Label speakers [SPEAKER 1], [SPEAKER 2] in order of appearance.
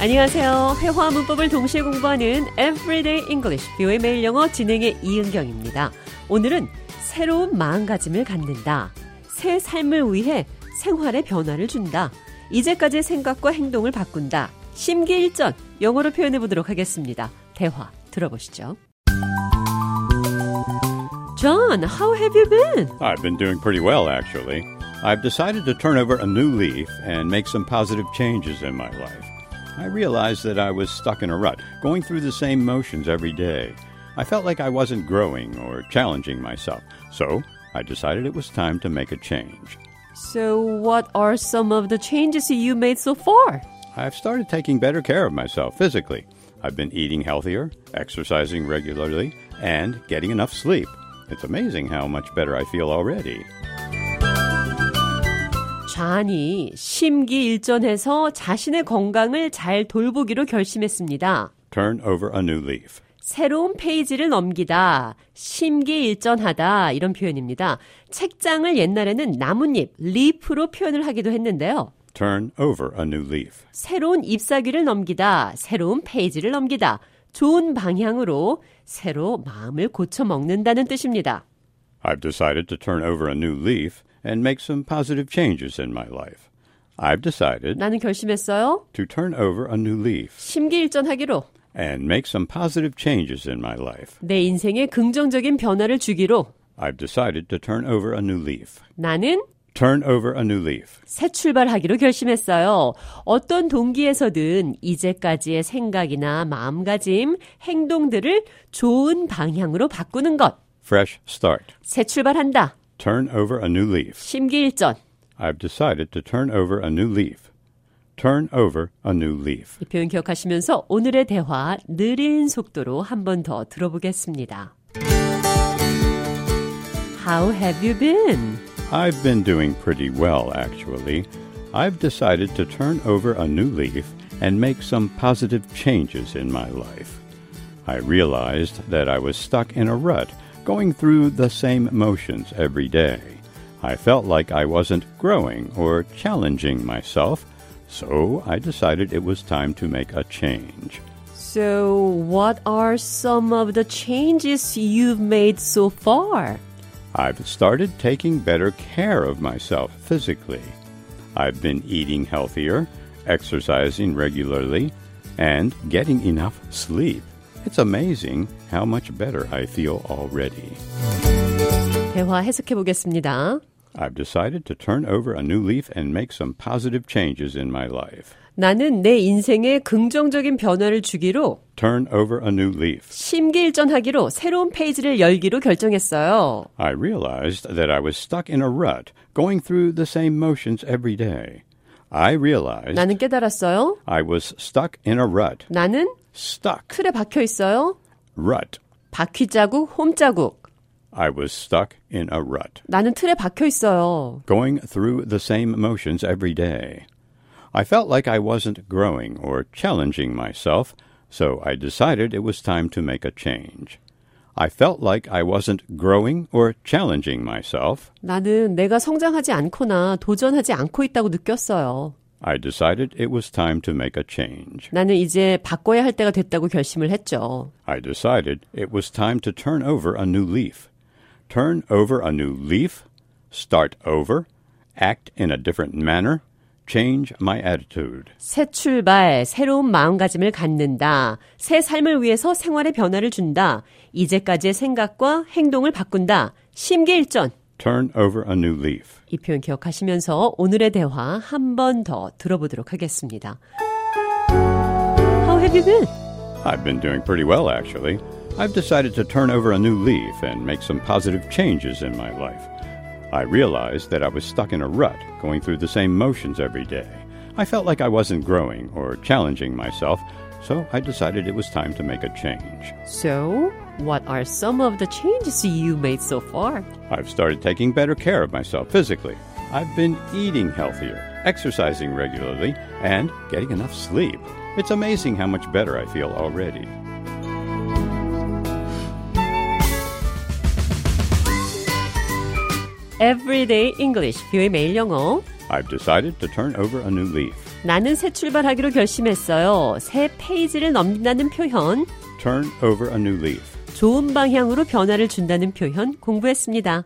[SPEAKER 1] 안녕하세요. 회화 문법을 동시에 공부하는 Everyday English, 뷰의 매일 영어 진행의 이은경입니다. 오늘은 새로운 마음가짐을 갖는다. 새 삶을 위해 생활에 변화를 준다. 이제까지의 생각과 행동을 바꾼다. 심기일전, 영어로 표현해 보도록 하겠습니다. 대화 들어보시죠. John, how have you been?
[SPEAKER 2] I've been doing pretty well, actually. I've decided to turn over a new leaf and make some positive changes in my life. I realized that I was stuck in a rut, going through the same motions every day. I felt like I wasn't growing or challenging myself, so I decided it was time to make a change.
[SPEAKER 1] So, what are some of the changes you made so far?
[SPEAKER 2] I've started taking better care of myself physically. I've been eating healthier, exercising regularly, and getting enough sleep. It's amazing how much better I feel already.
[SPEAKER 1] 좌니 심기일전해서 자신의 건강을 잘 돌보기로 결심했습니다.
[SPEAKER 2] Turn over a new leaf.
[SPEAKER 1] 새로운 페이지를 넘기다, 심기일전하다 이런 표현입니다. 책장을 옛날에는 나뭇잎, 리프로 표현을 하기도 했는데요.
[SPEAKER 2] Turn over a new leaf.
[SPEAKER 1] 새로운 잎사귀를 넘기다, 새로운 페이지를 넘기다, 좋은 방향으로 새로 마음을 고쳐 먹는다는 뜻입니다.
[SPEAKER 2] I've decided to turn over a new leaf and make some positive changes in my life. I've decided
[SPEAKER 1] 나는 결심했어요.
[SPEAKER 2] to turn over a new leaf
[SPEAKER 1] 심기일전하기로
[SPEAKER 2] and make some positive changes in my life.
[SPEAKER 1] 내 인생에 긍정적인 변화를 주기로
[SPEAKER 2] I've decided to turn over a new leaf.
[SPEAKER 1] 나는
[SPEAKER 2] Turn over a new leaf.
[SPEAKER 1] 새 출발하기로 결심했어요. 어떤 동기에서든 이제까지의 생각이나 마음가짐, 행동들을 좋은 방향으로 바꾸는 것.
[SPEAKER 2] Fresh start.
[SPEAKER 1] 새 출발한다.
[SPEAKER 2] Turn over a new leaf.
[SPEAKER 1] 심기일전.
[SPEAKER 2] I've decided to turn over a new leaf. Turn over a new leaf.
[SPEAKER 1] 이 표현 기억하시면서 오늘의 대화 느린 속도로 한 번 더 들어보겠습니다. How have you been?
[SPEAKER 2] I've been doing pretty well, actually. I've decided to turn over a new leaf and make some positive changes in my life. I realized that I was stuck in a rut, going through the same motions every day. I felt like I wasn't growing or challenging myself, so I decided it was time to make a change.
[SPEAKER 1] So, what are some of the changes you've made so far?
[SPEAKER 2] I've started taking better care of myself physically. I've been eating healthier, exercising regularly, and getting enough sleep. It's amazing how much better I feel already.
[SPEAKER 1] 대화 해석해 보겠습니다.
[SPEAKER 2] I've decided to turn over a new leaf and make some positive changes in my life.
[SPEAKER 1] 나는 내 인생에 긍정적인 변화를 주기로
[SPEAKER 2] Turn over a new leaf.
[SPEAKER 1] 심기일전하기로 새로운 페이지를 열기로 결정했어요.
[SPEAKER 2] I realized that I was stuck in a rut, going through the same motions every day. I realized
[SPEAKER 1] 나는 깨달았어요.
[SPEAKER 2] I was stuck in a rut.
[SPEAKER 1] 나는
[SPEAKER 2] Stuck.
[SPEAKER 1] 틀에 박혀 있어요.
[SPEAKER 2] Rut.
[SPEAKER 1] 바퀴 자국, 홈 자국.
[SPEAKER 2] I was stuck in a rut,
[SPEAKER 1] 나는 틀에 박혀 있어요.
[SPEAKER 2] going through the same motions every day. I felt like I wasn't growing or challenging myself, so I decided it was time to make a change. I felt like I wasn't growing or challenging myself.
[SPEAKER 1] 나는 내가 성장하지 않거나 도전하지 않고 있다고 느꼈어요.
[SPEAKER 2] I decided it was time to make a change.
[SPEAKER 1] 나는 이제 바꿔야 할 때가 됐다고 결심을 했죠.
[SPEAKER 2] I decided it was time to turn over a new leaf. Turn over a new leaf, start over, act in a different manner, change my attitude.
[SPEAKER 1] 새 출발, 새로운 마음가짐을 갖는다. 새 삶을 위해서 생활의 변화를 준다. 이제까지의 생각과 행동을 바꾼다. 심기일전.
[SPEAKER 2] Turn over a new leaf.
[SPEAKER 1] 이 표현 기억하시면서 오늘의 대화 한 번 더 들어보도록 하겠습니다. How have you been?
[SPEAKER 2] I've been doing pretty well, actually. I've decided to turn over a new leaf and make some positive changes in my life. I realized that I was stuck in a rut, going through the same motions every day. I felt like I wasn't growing or challenging myself, so I decided it was time to make a change.
[SPEAKER 1] So, what are some of the changes you made so far?
[SPEAKER 2] I've started taking better care of myself physically. I've been eating healthier, exercising regularly, and getting enough sleep. It's amazing how much better I feel already.
[SPEAKER 1] Everyday English, 뷰의 매일 영어.
[SPEAKER 2] I've decided to turn over a new leaf.
[SPEAKER 1] 나는 새 출발하기로 결심했어요. 새 페이지를 넘긴다는 표현,
[SPEAKER 2] Turn over a new leaf.
[SPEAKER 1] 좋은 방향으로 변화를 준다는 표현 공부했습니다.